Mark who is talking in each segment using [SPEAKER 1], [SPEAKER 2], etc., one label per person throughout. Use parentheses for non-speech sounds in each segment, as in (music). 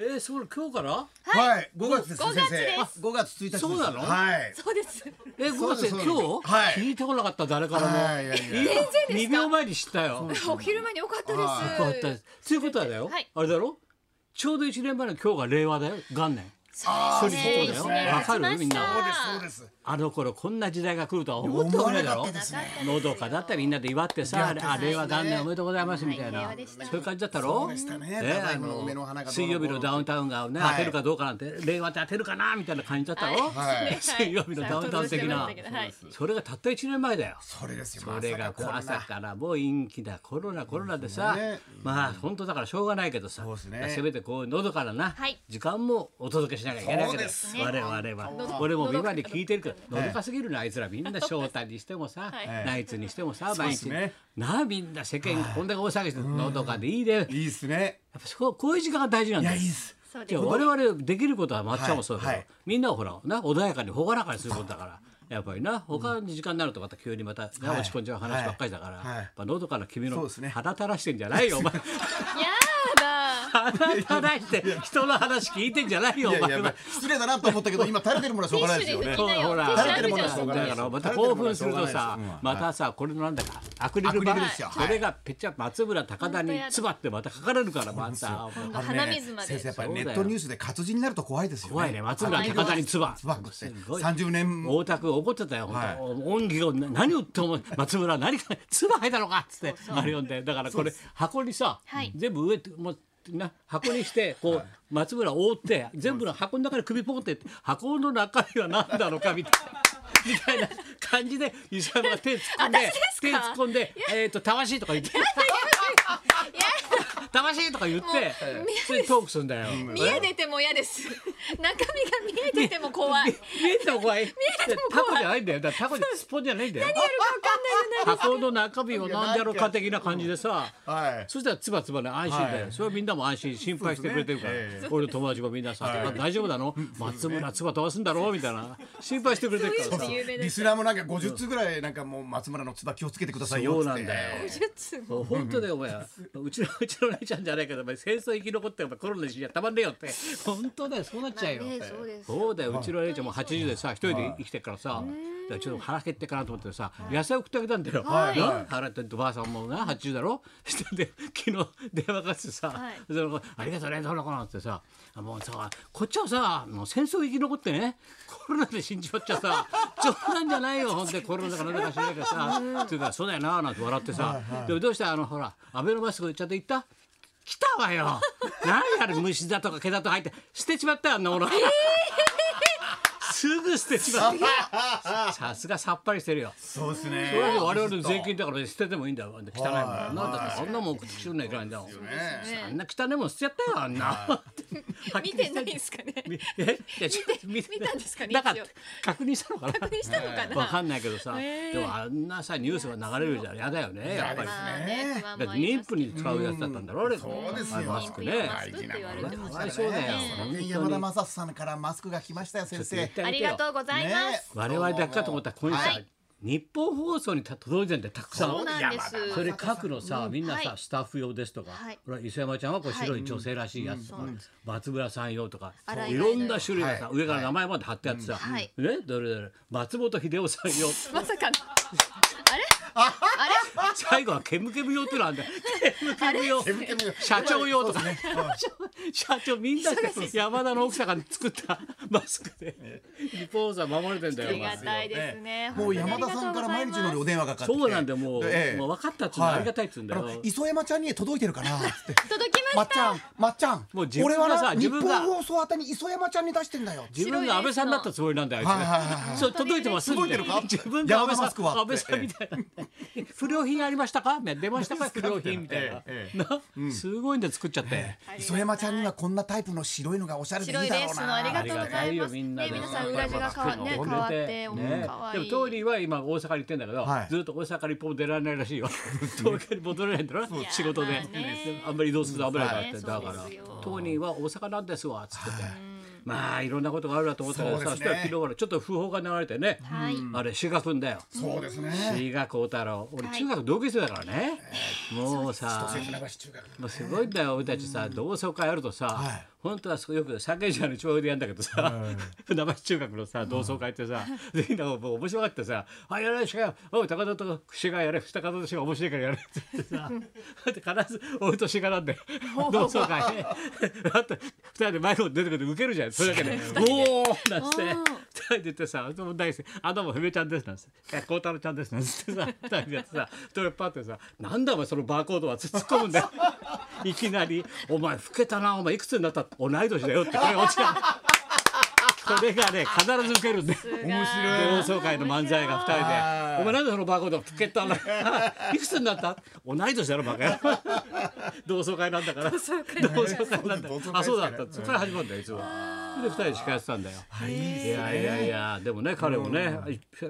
[SPEAKER 1] えー、そう今日から
[SPEAKER 2] はい、5月です
[SPEAKER 3] 5
[SPEAKER 2] ね先
[SPEAKER 3] 月
[SPEAKER 2] 生
[SPEAKER 3] です。
[SPEAKER 2] 5月1日です
[SPEAKER 1] そうなの
[SPEAKER 2] はい
[SPEAKER 3] そ
[SPEAKER 1] (laughs)
[SPEAKER 3] うです。
[SPEAKER 1] えー、
[SPEAKER 2] そう
[SPEAKER 1] 5
[SPEAKER 2] です
[SPEAKER 1] 月今
[SPEAKER 2] そうです
[SPEAKER 1] 日、
[SPEAKER 2] はい
[SPEAKER 1] 聞いてこなかった誰からも、
[SPEAKER 2] はいいやいや
[SPEAKER 1] え2秒前に知ったよ
[SPEAKER 3] お昼間に良かった
[SPEAKER 2] あ
[SPEAKER 1] よかっ
[SPEAKER 3] で。
[SPEAKER 1] たですすということはだよ、
[SPEAKER 3] はい
[SPEAKER 1] あれだろちょうど1年前の今日が令和だよ元年
[SPEAKER 3] そうです
[SPEAKER 1] そう
[SPEAKER 3] ね。
[SPEAKER 1] だよわ
[SPEAKER 3] 一年
[SPEAKER 1] かる
[SPEAKER 3] 経ちました
[SPEAKER 1] みんな
[SPEAKER 2] そうですそうです
[SPEAKER 1] あの頃こんな時代が来るとは思ってもないだろ
[SPEAKER 2] 思わなかったですね
[SPEAKER 1] のどかだったみんなで祝ってさ
[SPEAKER 2] いや
[SPEAKER 1] あ令和元年
[SPEAKER 2] そうですね
[SPEAKER 1] おめでとうございますみたい
[SPEAKER 3] はい
[SPEAKER 1] な
[SPEAKER 3] 令和でした
[SPEAKER 1] そういう感じだったろ
[SPEAKER 2] そうでしたね
[SPEAKER 1] え
[SPEAKER 2] ただ
[SPEAKER 1] あ
[SPEAKER 2] いま梅の花がどうのこうの
[SPEAKER 1] 水曜日のダウンタウンがね
[SPEAKER 2] はい
[SPEAKER 1] 当てるかどうかなんて令和って当てるかなみたいな感じだったろ
[SPEAKER 2] はい
[SPEAKER 1] 水曜日のダウンタウン的な
[SPEAKER 3] はい
[SPEAKER 1] それがたった1年前だよ
[SPEAKER 2] それですよ
[SPEAKER 1] それが
[SPEAKER 2] まさかこんな
[SPEAKER 1] 朝からもう陰気だコロナコロナでさ、
[SPEAKER 2] ね
[SPEAKER 1] まあ本当だからしょうがないけどさ、
[SPEAKER 2] そうですね
[SPEAKER 1] せめてこうのどからな、
[SPEAKER 3] はい
[SPEAKER 1] 時間もお届けしなきゃいけないわけです
[SPEAKER 2] そう
[SPEAKER 3] です
[SPEAKER 1] 我
[SPEAKER 3] ね
[SPEAKER 1] 々は、
[SPEAKER 3] のど
[SPEAKER 1] 俺も
[SPEAKER 3] のど
[SPEAKER 1] 今
[SPEAKER 3] か
[SPEAKER 1] に聞いてるけど
[SPEAKER 2] ね
[SPEAKER 1] のどかすぎるなあいつらみんな翔太にしてもさ、
[SPEAKER 3] はい
[SPEAKER 1] ナイツにしてもさ
[SPEAKER 2] う
[SPEAKER 1] 毎
[SPEAKER 2] で
[SPEAKER 1] 日、
[SPEAKER 2] すね
[SPEAKER 1] なあみんな世間こんだけ大騒ぎしてのどかでいいでやっ
[SPEAKER 2] いいですね
[SPEAKER 1] ぱそうこういう時間が大事なん
[SPEAKER 2] い
[SPEAKER 1] だ
[SPEAKER 2] や
[SPEAKER 1] よ
[SPEAKER 2] いいっす
[SPEAKER 3] そう
[SPEAKER 1] じ
[SPEAKER 3] です
[SPEAKER 1] ゃあ。我々できることは抹茶もそうだけど、
[SPEAKER 2] はいはい
[SPEAKER 1] みんなをほらな穏やかに朗らかにすることだからやっぱりな他に時間になるとまた急にまた、ね
[SPEAKER 2] はい
[SPEAKER 1] 落ち込んじゃう話ばっかりだから、
[SPEAKER 2] はいはい
[SPEAKER 1] やっぱ喉から君
[SPEAKER 2] そう
[SPEAKER 1] の
[SPEAKER 2] ですね
[SPEAKER 1] 鼻垂らしてんじゃないよお前
[SPEAKER 3] やだ。
[SPEAKER 1] 鼻垂らして人の話聞いてんじゃないよ
[SPEAKER 2] い
[SPEAKER 1] お
[SPEAKER 2] やいや
[SPEAKER 1] 前
[SPEAKER 2] まあ失礼だなと思ったけど今垂れてるものはしょうがないですよね
[SPEAKER 3] ティッシュで拭きなよ
[SPEAKER 1] ほら
[SPEAKER 3] ティッシュある
[SPEAKER 2] 垂れてる
[SPEAKER 3] じゃん
[SPEAKER 2] ものはしょうがないです
[SPEAKER 1] だからまた興奮するとさ、
[SPEAKER 2] 垂れてるものはしょうがないですうん
[SPEAKER 1] またさこれなんだかアクリル
[SPEAKER 2] ア
[SPEAKER 1] 板
[SPEAKER 2] クリルですよ
[SPEAKER 1] それがぺっちゃ松村高田につばってまたかからるからまた
[SPEAKER 3] あ鼻水まで
[SPEAKER 2] 先生やっぱりネットニュースで活字になると怖いですよね
[SPEAKER 1] 怖いね松村高田につば
[SPEAKER 2] つばくして
[SPEAKER 1] ごい
[SPEAKER 2] 30年
[SPEAKER 1] 大田君怒ってたよ、
[SPEAKER 2] はい
[SPEAKER 1] 本当恩義を何をって思う松村何か (laughs) 唾吐いたのかっつってあれ読んでだからこれ箱にさ、
[SPEAKER 3] はい
[SPEAKER 1] 全部上ってもうな箱にしてこう、松村覆って全部の箱の中に首ポンってやって箱の中身は何なのかみたい
[SPEAKER 3] (laughs)
[SPEAKER 1] な。みたいな感じで伊沢が手突っ込んで
[SPEAKER 3] ですか
[SPEAKER 1] 手突っ込んで「えっとたわし」とか言って「たわし」とか言って普通にトークするんだよ。
[SPEAKER 3] 見えてても嫌です。
[SPEAKER 1] (laughs)
[SPEAKER 3] 中身が見えてても怖い。
[SPEAKER 1] 見えても怖い。タコじゃないんだよ。だからタコじゃスポンじゃないんだよ。何やるか分かんない箱の中身をなんじゃろか的な感じでさ。
[SPEAKER 2] はい
[SPEAKER 1] そしたらつばつばね安心だよ、
[SPEAKER 2] はい
[SPEAKER 1] それはみんなも安心心配してくれてるから、
[SPEAKER 2] そうですね
[SPEAKER 1] 俺の友達もみんなさ「あ大丈夫なの松村つば飛ばすんだろ?」みたいな心配してくれてるからさ
[SPEAKER 3] 有名
[SPEAKER 2] リ
[SPEAKER 3] です。
[SPEAKER 2] スナーもなんか50つぐらいなんかもう松村のつば気をつけてください
[SPEAKER 1] そう
[SPEAKER 2] よっつ
[SPEAKER 1] な
[SPEAKER 2] っ
[SPEAKER 1] ん
[SPEAKER 2] て
[SPEAKER 1] だよ
[SPEAKER 3] 術。
[SPEAKER 1] もう本当だよお前うちのうちの姉ちゃんじゃないけどお前戦争生き残ってお前コロナに死んじゃたまんねえよって本当だよそうなっちゃうよ、
[SPEAKER 3] ねそうです。
[SPEAKER 1] そうだよ、うちの姉ちゃんも80でさ、一人で生きてるからさ、だからちょっと腹減ってかなと思ってさ、野菜送ってあげたんだよ。
[SPEAKER 2] はい
[SPEAKER 1] な
[SPEAKER 2] はい
[SPEAKER 1] 腹減って、ばあさんもな、80だろしてで、 (laughs) 昨日電話かけてさ、
[SPEAKER 3] はい
[SPEAKER 1] その子ありがとうね、どうの子なんつってさ、あもうさ、こっちはさ、もう戦争生き残ってね、コロナで死んじまっちゃさ、冗談じゃないよ、ほんでコロナだからなんだか知らないけどさ、っていうから、そうだよな、なんて笑ってさ、でもどうしたあの、ほら、アベノマスクちゃんと言った来たわよ何やる虫だとか毛だとか入って捨てちまったよあんなもの、 (laughs) すぐ捨てちまったさすがさっぱりしてるよ
[SPEAKER 2] そうですね
[SPEAKER 1] それは我々の税金だから捨ててもいいんだよ汚いもんなんだからそんなもん送ってきてくんないからいんだもんあんな汚いもん捨てちゃったよあんな
[SPEAKER 3] 見てないんですかね。
[SPEAKER 1] えいやちょっと見
[SPEAKER 3] 見たんですかね
[SPEAKER 1] だか
[SPEAKER 3] 一
[SPEAKER 1] ら
[SPEAKER 3] 応
[SPEAKER 1] 確認したのかな
[SPEAKER 3] 確認したのかな。
[SPEAKER 1] わかんないけどさ、
[SPEAKER 3] ええ
[SPEAKER 1] でもあんなさニュースが流れるじゃんやだよねやっぱり
[SPEAKER 2] まあ
[SPEAKER 3] まあね。
[SPEAKER 1] だって妊婦に使うやつだったんだろあれ
[SPEAKER 2] そうですよ
[SPEAKER 1] マスクね
[SPEAKER 3] マスクって言われて
[SPEAKER 1] か
[SPEAKER 3] まし
[SPEAKER 1] わ
[SPEAKER 3] た
[SPEAKER 1] いそうだよ本当に
[SPEAKER 2] 山田正史さんからマスクが来ましたよ先生
[SPEAKER 3] ありがとうございます。
[SPEAKER 1] 我々だけかと思ったら今週さ、
[SPEAKER 3] はい
[SPEAKER 1] 日本放送にた届いてんだよたくさん
[SPEAKER 3] そうなんです。
[SPEAKER 1] それ各のさ、みんなさ、
[SPEAKER 3] はい
[SPEAKER 1] スタッフ用ですとか、
[SPEAKER 3] はい
[SPEAKER 1] ほら磯山ちゃんはこう白い女性らしいやつとか、松村さん用とか、
[SPEAKER 3] あら
[SPEAKER 1] いろんな種類がさ、
[SPEAKER 2] はい
[SPEAKER 1] 上から名前まで貼ってやってさ、
[SPEAKER 3] はい
[SPEAKER 1] ねどれどれ松本秀夫さん用
[SPEAKER 3] (laughs) まさかの。
[SPEAKER 1] 最後はケムケム用ってのあんだよケムケム用社長用とか、社長みんなで山田の奥さんが作ったマスクで日本放送は守れてんだ
[SPEAKER 3] あ
[SPEAKER 1] よ
[SPEAKER 3] り
[SPEAKER 1] お前
[SPEAKER 3] がたいですね。
[SPEAKER 2] もう山田さんから毎日のようにお電話がかかってきて
[SPEAKER 1] そうなんだよもう,、
[SPEAKER 2] ええ
[SPEAKER 1] もう分かったっつうのはありがたいっつうんだよ、
[SPEAKER 2] はあの磯山ちゃんに届いてるかなっつって (laughs)
[SPEAKER 3] 届き
[SPEAKER 2] ま
[SPEAKER 3] ま
[SPEAKER 2] っ
[SPEAKER 3] し
[SPEAKER 2] ちゃ
[SPEAKER 3] た。
[SPEAKER 2] んまっちゃん
[SPEAKER 1] もう自分
[SPEAKER 2] 俺は
[SPEAKER 1] がさ
[SPEAKER 2] な
[SPEAKER 1] 自
[SPEAKER 2] 日
[SPEAKER 1] 分
[SPEAKER 2] 本
[SPEAKER 1] が
[SPEAKER 2] 放送あたりに磯山ちゃんに出してんだよ
[SPEAKER 1] 自分が安倍さんだったつもりなんだよあいつ
[SPEAKER 2] はいはいはいは
[SPEAKER 1] そう届いてます
[SPEAKER 2] 届いてるか
[SPEAKER 1] 自分が安倍さん
[SPEAKER 2] 山田マスクは
[SPEAKER 1] 安倍さんみたいな不良品ありましたか出ましたか不良品みたいな
[SPEAKER 2] え、え
[SPEAKER 1] な、すごいんで作っちゃって、
[SPEAKER 2] 磯山ちゃんにはこんなタイプの白いのがおしゃれでいいだろ
[SPEAKER 3] 白いう
[SPEAKER 2] な
[SPEAKER 3] ですのありがとうござい
[SPEAKER 1] あ
[SPEAKER 3] ます。
[SPEAKER 1] りがたいよみ
[SPEAKER 3] ね
[SPEAKER 1] んなで
[SPEAKER 3] 皆さん裏地が変わね変わってお
[SPEAKER 1] ね
[SPEAKER 3] 可愛
[SPEAKER 1] で
[SPEAKER 3] い
[SPEAKER 1] もトーリーは今大阪に行ってんだけど、
[SPEAKER 2] はい
[SPEAKER 1] ずっと大阪に一歩も出られないらし
[SPEAKER 2] (laughs)
[SPEAKER 1] いよ東京に戻れないんだろ仕事で、
[SPEAKER 3] まあね
[SPEAKER 1] あんまり移動すると危ないからって、
[SPEAKER 3] うん
[SPEAKER 1] だから
[SPEAKER 3] そうですよ
[SPEAKER 1] トーリーは大阪なんですわっつってて、まあいろんなことがあるなと思ったけどさ
[SPEAKER 2] そ
[SPEAKER 1] そ
[SPEAKER 2] うです
[SPEAKER 1] し
[SPEAKER 2] ね
[SPEAKER 1] たら昨日からちょっと訃報が流れてね、
[SPEAKER 3] はい。
[SPEAKER 1] あれ志賀君だよ
[SPEAKER 2] そうですね
[SPEAKER 1] 志賀幸太郎俺中学同級生だからね、もうさ
[SPEAKER 2] 船橋中学
[SPEAKER 1] もうすごいんだよ俺たちさ同窓会あるとさ、
[SPEAKER 2] はい
[SPEAKER 1] 本当はそこよく酒じゃの調布でやんだけどさ、 (laughs) 船橋中学のさ同窓会って (laughs) さ、でみんなもう面白かったさ「あやらしかよおい高田と串がやれ二方としが面白いからやれ」って言ってさで必ず俺としがなんで同窓会 (laughs) ねあと二人でマイクを出てくるとウケるじゃんそれだけで「おお!」なんつって二
[SPEAKER 3] おー
[SPEAKER 1] 人で言ってさ「その大好きあどうもふめちゃんです」なんつって「え孝太郎ちゃんです」なんつってさ二人でやってさそれパッてさ「なんだお前そのバーコードは」つって突っ込むんだよ。いきなり「お前老けたなお前いくつになった同い年だよ」ってこれ落ちた。これがね必ず受けるんで
[SPEAKER 3] 面白
[SPEAKER 1] 同窓会の漫才が二人で
[SPEAKER 2] あ
[SPEAKER 1] 「お前なんでそのバーコード老け (laughs) たないくつになった同い年だろバカ野郎同窓会なんだから同窓会なんだ
[SPEAKER 2] 同窓会ですから
[SPEAKER 1] あそうだったそこから始まるんだよいつもそれで二人で司会やってたんだよいやいやいやでもね彼もね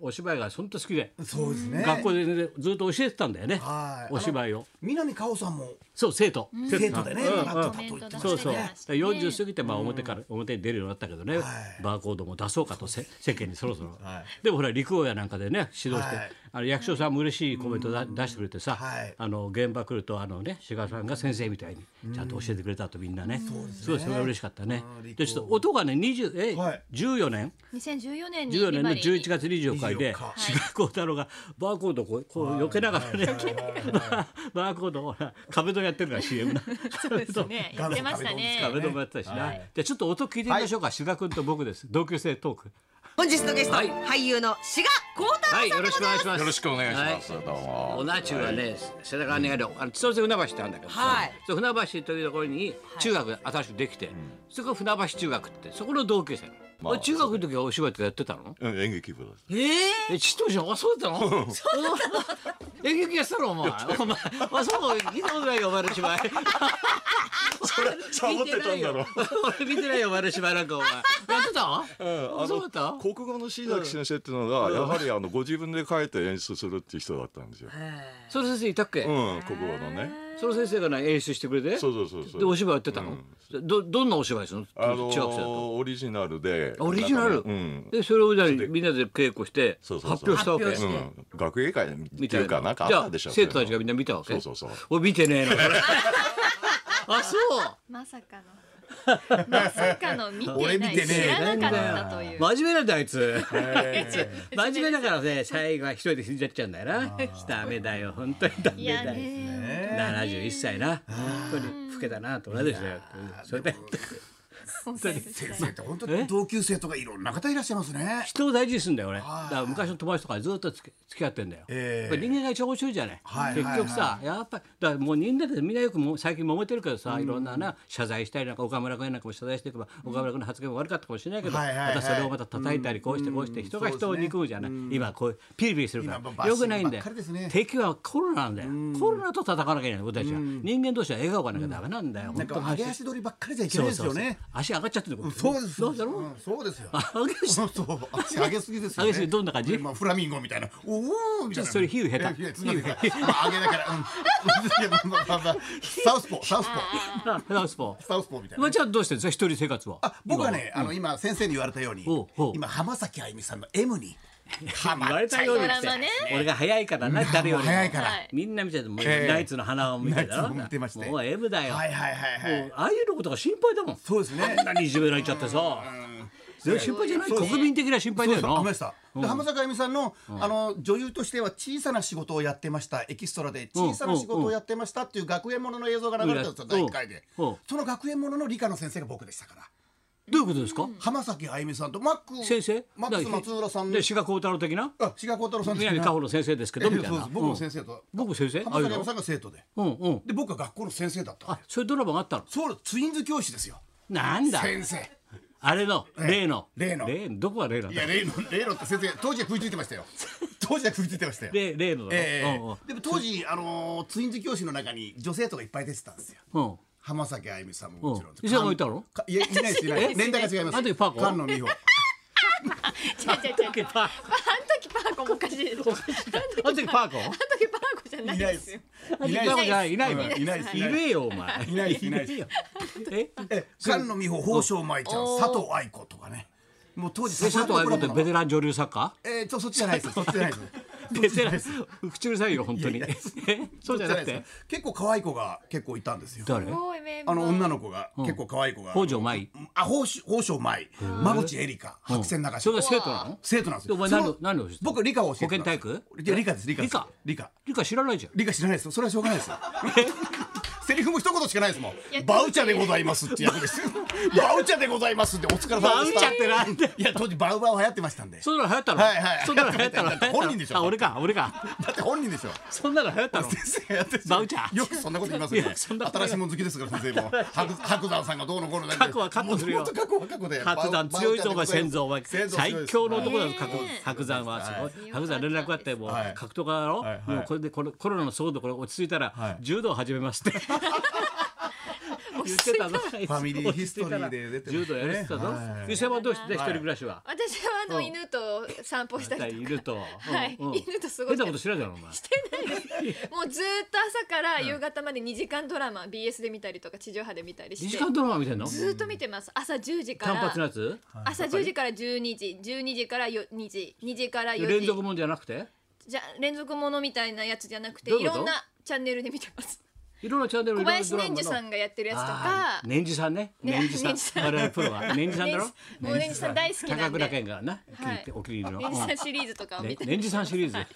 [SPEAKER 1] お芝居が本当好きで
[SPEAKER 2] そうですね
[SPEAKER 1] 学校でねずっと教えてたんだよね
[SPEAKER 2] はい
[SPEAKER 1] お芝居を
[SPEAKER 2] 南かおさんも
[SPEAKER 1] そう生徒
[SPEAKER 2] 生徒でね
[SPEAKER 1] うんうん
[SPEAKER 2] 習ったと言ってま
[SPEAKER 1] そう
[SPEAKER 2] した
[SPEAKER 1] そうだ
[SPEAKER 2] よね
[SPEAKER 1] から40過ぎてまあ表から表に出るようになったけどね、バーコードも出そうかとせ世間にそろそろ、
[SPEAKER 2] はい
[SPEAKER 1] (laughs) でもほら陸王やなんかでね指導して、
[SPEAKER 2] はい
[SPEAKER 1] あの役所さんも嬉しいコメントだ、出してくれてさ、
[SPEAKER 2] はい
[SPEAKER 1] あの現場来るとあのね志賀さんが先生みたいにちゃんと教えてくれたとみんなね、すごいそれが嬉しかったね
[SPEAKER 2] うん陸
[SPEAKER 1] で
[SPEAKER 2] 王
[SPEAKER 1] ちょっと音がね20え、
[SPEAKER 2] はい
[SPEAKER 1] 14年
[SPEAKER 3] 2014年
[SPEAKER 1] (laughs)
[SPEAKER 3] に
[SPEAKER 1] 14年の
[SPEAKER 3] ビバリーに
[SPEAKER 1] 11月24日で
[SPEAKER 2] 24日
[SPEAKER 1] 志賀幸太郎がバーコードをこうこう避けながらね、 (laughs) バーコードをほら壁ドンやってるから CM な。
[SPEAKER 3] そうですね言ってましたね
[SPEAKER 1] 壁ドンもやってたしな、じゃあちょっと音聞いてみましょうか、志賀君と僕です同級生トーク
[SPEAKER 4] 本日のゲスト、
[SPEAKER 1] はい
[SPEAKER 4] 俳優の志賀幸太
[SPEAKER 1] はいよろしくお願いします
[SPEAKER 5] よろしくお願いします。
[SPEAKER 1] は
[SPEAKER 5] どうも。
[SPEAKER 1] おなちゅうはね、世田谷にある、あの、千歳船橋ってあるんだけど、
[SPEAKER 4] はい
[SPEAKER 1] そう船橋というところに中学が新しくできて、そこが船橋中学って、そこの同級生なの。
[SPEAKER 5] まあ
[SPEAKER 1] 中学の時はお芝居とかやってた
[SPEAKER 5] (laughs)
[SPEAKER 1] の
[SPEAKER 5] うん演劇部です。
[SPEAKER 4] 郎。え
[SPEAKER 1] え、ちっとじゃん、あ、そうだったの (laughs) 演劇やってたのお前。お前、あ、そう、聞いたことないよ、お前の
[SPEAKER 5] (laughs)
[SPEAKER 1] 芝居。
[SPEAKER 5] それサボって
[SPEAKER 1] (laughs)
[SPEAKER 5] たんだろう。
[SPEAKER 1] 俺見てないよ、お前の芝居なん
[SPEAKER 5] (laughs)
[SPEAKER 1] か、お前。やってた
[SPEAKER 5] うん
[SPEAKER 1] そうだった
[SPEAKER 5] 国語の椎崎先生っていうのが、やはりあのご自分で書いて演出するっていう人だったんですよ。
[SPEAKER 1] その先生いたっけ、
[SPEAKER 5] うん、国語のね。
[SPEAKER 1] その先生がね、演出してくれて。
[SPEAKER 5] そうそうそうそう。
[SPEAKER 1] で、お芝居やってたの、ど、どんなお芝居するの
[SPEAKER 5] あの
[SPEAKER 1] 中学生だと。
[SPEAKER 5] オリジナルで。
[SPEAKER 1] オリジナル、
[SPEAKER 5] なんかねうん。
[SPEAKER 1] でそれをじゃあみんなで稽古して
[SPEAKER 5] そうそう
[SPEAKER 1] 発
[SPEAKER 5] そう
[SPEAKER 1] 表したわけ
[SPEAKER 4] 発表し
[SPEAKER 5] う
[SPEAKER 4] て
[SPEAKER 5] ん、学芸会って
[SPEAKER 1] みた
[SPEAKER 5] い
[SPEAKER 1] いう
[SPEAKER 5] か
[SPEAKER 1] な
[SPEAKER 5] なんかあっ
[SPEAKER 1] じ
[SPEAKER 5] た
[SPEAKER 1] ゃあ
[SPEAKER 5] でしょ
[SPEAKER 1] 生徒たちがみん
[SPEAKER 5] な
[SPEAKER 1] な見たわけ
[SPEAKER 5] そうそうそう
[SPEAKER 1] 俺見てねえなこれあそう
[SPEAKER 3] まさかの (laughs) まさかの見て
[SPEAKER 2] 俺
[SPEAKER 3] な
[SPEAKER 2] 見
[SPEAKER 3] い
[SPEAKER 2] てねえ
[SPEAKER 3] 知らなかったという
[SPEAKER 1] 真面目なんだあいつ
[SPEAKER 2] え
[SPEAKER 1] 真面目だからね最後は一人で死んじゃっちゃうんだよなダメだよ本当にダメ
[SPEAKER 3] いや
[SPEAKER 1] だよ
[SPEAKER 3] ね
[SPEAKER 1] 71歳な本当に老けたなと同じですよそれで
[SPEAKER 3] 本当に
[SPEAKER 2] ー先生って本当に同級生とかいろんな方いらっしゃいますね
[SPEAKER 1] 人を大事にするんだよ俺だ
[SPEAKER 2] はい
[SPEAKER 1] から昔の友達とかずっとつけ付き合ってんだよ、
[SPEAKER 2] ええ
[SPEAKER 1] やっぱ人間が一番面白いじゃない、
[SPEAKER 2] はい
[SPEAKER 1] 結局さ、やっぱりだからもう人間だってみんなよくもう最近揉めてるけどさ、いろんなな謝罪したりなんか岡村君なんかも謝罪していけば、岡村君の発言も悪かったかもしれないけど、
[SPEAKER 2] はいはいはい
[SPEAKER 1] またそれをまた叩いたりこうしてこうして人が人を憎むじゃない、今こうピリピリするか
[SPEAKER 2] 今もうバッ
[SPEAKER 1] らよ
[SPEAKER 2] シング
[SPEAKER 1] くないんだよ
[SPEAKER 2] ばっかりですね
[SPEAKER 1] 敵はコロナなんだよコロナと戦わなきゃいけない俺たちは人間同士は笑顔がなきゃダメなんだよ、
[SPEAKER 2] なん
[SPEAKER 1] 本当
[SPEAKER 2] か
[SPEAKER 1] に
[SPEAKER 2] 揚げ足取りばっかりじゃいけないですよね
[SPEAKER 1] 足上がっちゃってる
[SPEAKER 2] そうです
[SPEAKER 1] どうだろう、
[SPEAKER 2] んそうですよ
[SPEAKER 1] 上げ
[SPEAKER 2] そうそう足上げすぎですよ
[SPEAKER 1] 上げ
[SPEAKER 2] ね
[SPEAKER 1] すぎどんな感じ
[SPEAKER 2] まあフラミンゴみたいなおおみたいな
[SPEAKER 1] それ比喩下手
[SPEAKER 2] いやいやつまりまあ上げだからうんいやまあまあまあサウスポ
[SPEAKER 1] (laughs)
[SPEAKER 2] ーサウスポー
[SPEAKER 1] あフランスポ
[SPEAKER 2] サウスポーみたい
[SPEAKER 1] ま
[SPEAKER 2] な
[SPEAKER 1] あ、じゃあどうしてるんですか一人生活は
[SPEAKER 2] あ僕はねあの今先生に言われたように
[SPEAKER 1] おうおう
[SPEAKER 2] 今浜崎あゆみさんの M にハマ
[SPEAKER 1] 言われ
[SPEAKER 2] っちゃ
[SPEAKER 1] た
[SPEAKER 2] い
[SPEAKER 1] ように
[SPEAKER 3] ド
[SPEAKER 1] っ
[SPEAKER 3] ラ
[SPEAKER 1] て
[SPEAKER 3] マね
[SPEAKER 1] 俺が早いからな誰よりも
[SPEAKER 2] 早いから
[SPEAKER 3] はい
[SPEAKER 1] みんな見ててもう
[SPEAKER 2] ええ
[SPEAKER 1] ナイツの花を見てた
[SPEAKER 2] ナイ
[SPEAKER 1] ろ
[SPEAKER 2] ツも見てまして
[SPEAKER 1] もう M だよ
[SPEAKER 2] はいはいはいは
[SPEAKER 1] もう
[SPEAKER 2] い
[SPEAKER 1] ああいうのことが心配だもん
[SPEAKER 2] そうですね
[SPEAKER 1] あんなにいじめられちゃってさでも心配じゃない
[SPEAKER 2] そうです
[SPEAKER 1] 国民的な心配だよ
[SPEAKER 2] そうそう
[SPEAKER 1] な
[SPEAKER 2] 雨でしたで浜坂あゆみさんの,、あの女優としては小さな仕事をやってましたエキストラで
[SPEAKER 1] うん
[SPEAKER 2] 小さな仕事をやってましたっていう学園ものの映像が流れたんです
[SPEAKER 1] う
[SPEAKER 2] よ
[SPEAKER 1] ん
[SPEAKER 2] 第1回で
[SPEAKER 1] うん
[SPEAKER 2] その学園ものの理科の先生が僕でしたから
[SPEAKER 1] どういうことですか
[SPEAKER 2] 浜崎あゆみさんとマック
[SPEAKER 1] 先生
[SPEAKER 2] マックス松浦さん
[SPEAKER 1] で志賀幸太郎的な
[SPEAKER 2] あ志賀幸太郎さん的な
[SPEAKER 1] 南加穂の先生ですけ
[SPEAKER 2] え
[SPEAKER 1] ど
[SPEAKER 2] そう
[SPEAKER 1] み
[SPEAKER 2] で
[SPEAKER 1] た
[SPEAKER 2] す
[SPEAKER 1] いな
[SPEAKER 2] 僕の
[SPEAKER 1] うん
[SPEAKER 2] 先生と
[SPEAKER 1] 僕先生ああ
[SPEAKER 2] 浜
[SPEAKER 1] いう
[SPEAKER 2] 崎あゆみ
[SPEAKER 1] の
[SPEAKER 2] さんが生徒で
[SPEAKER 1] うんうん
[SPEAKER 2] で僕は学校の先生だったん
[SPEAKER 1] あ
[SPEAKER 2] で
[SPEAKER 1] そういうドラマがあったの
[SPEAKER 2] そうツインズ教師ですよ
[SPEAKER 1] なんだ
[SPEAKER 2] 先生
[SPEAKER 1] あれの例の
[SPEAKER 2] 例の
[SPEAKER 1] どこが例なん
[SPEAKER 2] い
[SPEAKER 1] だ
[SPEAKER 2] や例の例のって先生当時は食いついてましたよ当時は食いついてましたよ
[SPEAKER 1] 例例のだ
[SPEAKER 2] ええ
[SPEAKER 1] うんうん
[SPEAKER 2] でも当時、あのーツインズ教師の中に女性とかいっぱい出てたんですよ
[SPEAKER 1] うん
[SPEAKER 2] 浜崎あゆみさんももちろん
[SPEAKER 1] うん伊勢山もいたの
[SPEAKER 2] かいやいないですいないです年代が違います
[SPEAKER 1] あの時パーコ
[SPEAKER 2] 菅野
[SPEAKER 1] (laughs)
[SPEAKER 2] 美穂
[SPEAKER 3] 違う違う違う
[SPEAKER 1] 時パー
[SPEAKER 3] あの時パーコもおかしいですあの
[SPEAKER 1] あの時パーコ
[SPEAKER 3] あの時パーコじゃないで
[SPEAKER 2] (laughs)
[SPEAKER 3] すよ
[SPEAKER 1] いない
[SPEAKER 2] です
[SPEAKER 1] いないいないい
[SPEAKER 2] いないです
[SPEAKER 1] いねえよお前
[SPEAKER 2] いないですいないです
[SPEAKER 1] よえ
[SPEAKER 2] え菅野美穂宝生舞ちゃん佐藤愛子とかねもう当時
[SPEAKER 1] で佐藤愛子ってベテラン女流作家
[SPEAKER 2] えー、とそっちじゃないですそっちじゃないです
[SPEAKER 1] (laughs) ベテラン口うるさいよ本当に
[SPEAKER 2] いやいや
[SPEAKER 1] えそうじゃなくて
[SPEAKER 2] です結構可愛い子が結構いたんですよ
[SPEAKER 1] 誰
[SPEAKER 3] ごいメンバー
[SPEAKER 2] あの女の子が結構可愛い子が
[SPEAKER 1] 北条舞
[SPEAKER 2] あ宝生宝生舞馬淵エリカ白線中
[SPEAKER 1] それが
[SPEAKER 2] 島
[SPEAKER 1] 生徒なの
[SPEAKER 2] 生徒なんです
[SPEAKER 1] で
[SPEAKER 2] よ
[SPEAKER 1] お前
[SPEAKER 2] そ
[SPEAKER 1] 何
[SPEAKER 2] の
[SPEAKER 1] の何の教えてたの
[SPEAKER 2] 僕理科を教えてたんです
[SPEAKER 1] 保健体育
[SPEAKER 2] いや理科です理科です
[SPEAKER 1] 理科
[SPEAKER 2] 理科
[SPEAKER 1] 理科知らないじゃん
[SPEAKER 2] 理科知らないですよそれはしょうがな
[SPEAKER 1] (laughs)
[SPEAKER 2] いですよセリフも一言しかないですも
[SPEAKER 3] や
[SPEAKER 2] んバウチャでございますって役ですよバウチャでございますってお疲れ様でした
[SPEAKER 1] バウチャってなんだよ
[SPEAKER 2] いや当時バウバウ流行ってましたんで
[SPEAKER 1] そんなの流行ったの
[SPEAKER 2] はいはい
[SPEAKER 1] そんなの流行ったの
[SPEAKER 2] だって (laughs) 本人でしょ
[SPEAKER 1] あ俺か俺か
[SPEAKER 2] だって本人でしょ
[SPEAKER 1] そんなの流行
[SPEAKER 2] (laughs)
[SPEAKER 1] ったの
[SPEAKER 2] 先生やってる
[SPEAKER 1] バウチャ
[SPEAKER 2] よくそんなこと言いますよ
[SPEAKER 1] い
[SPEAKER 2] ね
[SPEAKER 1] やそんなこと
[SPEAKER 2] 新しいもん好きですから先
[SPEAKER 1] (laughs)
[SPEAKER 2] 生も白白山さんがどうのこうのだ
[SPEAKER 1] 過去はカットするよ
[SPEAKER 2] もともと過去は過去で
[SPEAKER 1] 白山強いぞお前先祖お前最強の男だぞ
[SPEAKER 3] ね
[SPEAKER 1] 白
[SPEAKER 3] え
[SPEAKER 1] 白山はすごい白山連絡あってもう
[SPEAKER 2] はい
[SPEAKER 1] 格闘家だろ
[SPEAKER 2] はいはい
[SPEAKER 1] もうこれでこのコロナの騒動これ落ち着いたら
[SPEAKER 2] はい
[SPEAKER 1] 柔道始めますって言って
[SPEAKER 3] (laughs)
[SPEAKER 1] たぞフ
[SPEAKER 2] ァミリーヒストリーで出てまし
[SPEAKER 1] 柔
[SPEAKER 2] たね
[SPEAKER 1] 道やれてたぞ
[SPEAKER 2] はい
[SPEAKER 1] 湯山どうして一人暮らしは
[SPEAKER 3] 私はあの
[SPEAKER 1] うん
[SPEAKER 3] 犬と散歩した
[SPEAKER 1] 絶対
[SPEAKER 3] り
[SPEAKER 1] い
[SPEAKER 3] と
[SPEAKER 1] ると
[SPEAKER 3] かはい
[SPEAKER 1] うんうん
[SPEAKER 3] 犬と過ご
[SPEAKER 1] 変
[SPEAKER 3] し
[SPEAKER 1] な
[SPEAKER 3] た
[SPEAKER 1] こ
[SPEAKER 3] り
[SPEAKER 1] と知らんじゃんお前
[SPEAKER 3] もうずーっと朝から夕方まで2時間ドラマ BS で見たりとか地上波で見たり
[SPEAKER 1] 2
[SPEAKER 3] し
[SPEAKER 1] 時
[SPEAKER 3] て
[SPEAKER 1] 間ドラマ見てんの
[SPEAKER 3] ずーっと見てます朝10時か
[SPEAKER 1] 単
[SPEAKER 3] ら
[SPEAKER 1] 発のやつ
[SPEAKER 3] 朝10時から12時12時からよ2時2時から4
[SPEAKER 1] 連
[SPEAKER 3] 時
[SPEAKER 1] 続もんじゃなくて
[SPEAKER 3] じゃ連続ものみたいなやつじゃなくて
[SPEAKER 1] どういう
[SPEAKER 3] い
[SPEAKER 1] こと
[SPEAKER 3] ろんなチャンネルで見てます
[SPEAKER 1] いろんなチャンネル
[SPEAKER 3] 小
[SPEAKER 1] いろんな
[SPEAKER 3] 林
[SPEAKER 1] ドラマ
[SPEAKER 3] 年
[SPEAKER 1] の
[SPEAKER 3] 次さんがやってるやつと
[SPEAKER 1] あ
[SPEAKER 3] か
[SPEAKER 1] ー年次さんね
[SPEAKER 3] ね
[SPEAKER 1] 年次さん
[SPEAKER 3] (laughs) 年次さん
[SPEAKER 1] 我々プロは年次さんだろ
[SPEAKER 3] 年もう年次さん大好きなんで
[SPEAKER 1] 高倉健がな
[SPEAKER 3] はい
[SPEAKER 1] お気に入りの
[SPEAKER 3] 年次さ
[SPEAKER 1] うん
[SPEAKER 3] んシリーズとかを見て
[SPEAKER 1] ね年次さんシリーズ
[SPEAKER 3] はい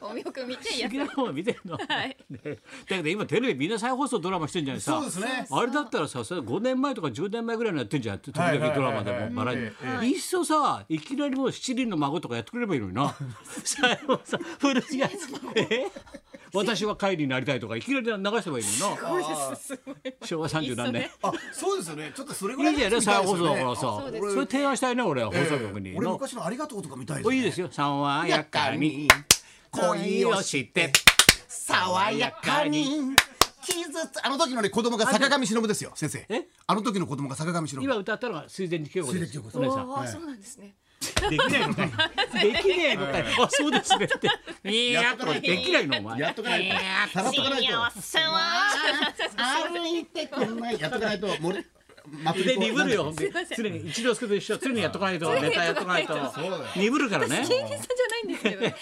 [SPEAKER 3] およく見てや
[SPEAKER 1] 好
[SPEAKER 3] っ
[SPEAKER 1] きなもん見てんの
[SPEAKER 3] はい
[SPEAKER 1] ねだけど今テレビみんな再放送ドラマしてんじゃないさ
[SPEAKER 2] そうですね
[SPEAKER 1] あれだったらさそれ5年前とか10年前ぐらいのやってんじゃん時
[SPEAKER 2] はいは
[SPEAKER 1] 々
[SPEAKER 2] いはい
[SPEAKER 1] ドラマでもバラエティいっそさいきなりもう七輪の孫とかやってくればいいのにな最後さ古いやつえ私は帰りになりたいとかいきなり流せばいいのにな昭和三十何年
[SPEAKER 2] あそうですよねちょっとそれぐら
[SPEAKER 1] い
[SPEAKER 2] い
[SPEAKER 1] いじゃない再放送だからさ
[SPEAKER 3] そう
[SPEAKER 1] そ
[SPEAKER 3] で
[SPEAKER 1] れ
[SPEAKER 3] す
[SPEAKER 1] 提案したいね俺は放送局に
[SPEAKER 2] 俺
[SPEAKER 1] の
[SPEAKER 2] 昔のありがとうとか見たい
[SPEAKER 1] おいいです
[SPEAKER 2] よ
[SPEAKER 1] よ三話やかに恋をして
[SPEAKER 2] 爽やかに傷つあの時のね子供が坂上忍ですよ先生
[SPEAKER 1] え
[SPEAKER 2] あの時の子供が坂上忍
[SPEAKER 1] 今歌ったのが水前寺京子です
[SPEAKER 2] 水前
[SPEAKER 1] お姉さん
[SPEAKER 3] おーそうなんですね
[SPEAKER 1] できないのかいできねえのかいあそうですねってい
[SPEAKER 2] や
[SPEAKER 1] や
[SPEAKER 2] っとかないと
[SPEAKER 1] できないのお前
[SPEAKER 2] やっとかないとさらっとかないと
[SPEAKER 3] せは
[SPEAKER 2] 歩いてこないやっとかないともれま
[SPEAKER 1] で鈍るよほんです
[SPEAKER 3] いません
[SPEAKER 1] 常に一之輔と一緒常にやっとかないとネタやっとかないと
[SPEAKER 2] そうだよ
[SPEAKER 1] 鈍るからね
[SPEAKER 3] 芸人さんじゃないんですけ
[SPEAKER 1] (laughs)
[SPEAKER 3] どそろ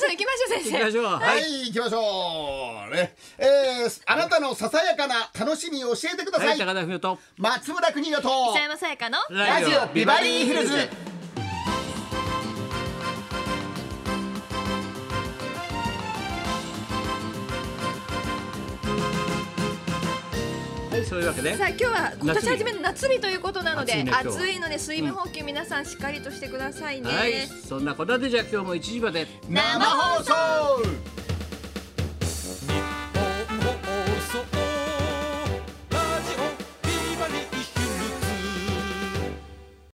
[SPEAKER 3] そろ行きまし
[SPEAKER 1] 行
[SPEAKER 3] ょう先
[SPEAKER 1] きま
[SPEAKER 3] 生
[SPEAKER 1] しょうは
[SPEAKER 2] はいい、行きましょう。ね、えー、あなたのささやかな楽しみを教えてくだ
[SPEAKER 1] は
[SPEAKER 2] さ
[SPEAKER 1] い
[SPEAKER 2] い。
[SPEAKER 1] 高田文夫と
[SPEAKER 2] 松村邦洋と。
[SPEAKER 3] 磯山さやかの
[SPEAKER 2] ラジオビバリーヒルズ。
[SPEAKER 1] はいそういうわけで
[SPEAKER 3] さあ今日は今年初めの夏日ということなので
[SPEAKER 1] 暑い
[SPEAKER 3] 暑い,、
[SPEAKER 1] ね今日は
[SPEAKER 3] ので水分補給皆さんしっかりとしてくださいね、
[SPEAKER 1] はいそんなこんなでじゃあ今日も1時まで
[SPEAKER 2] 生放送。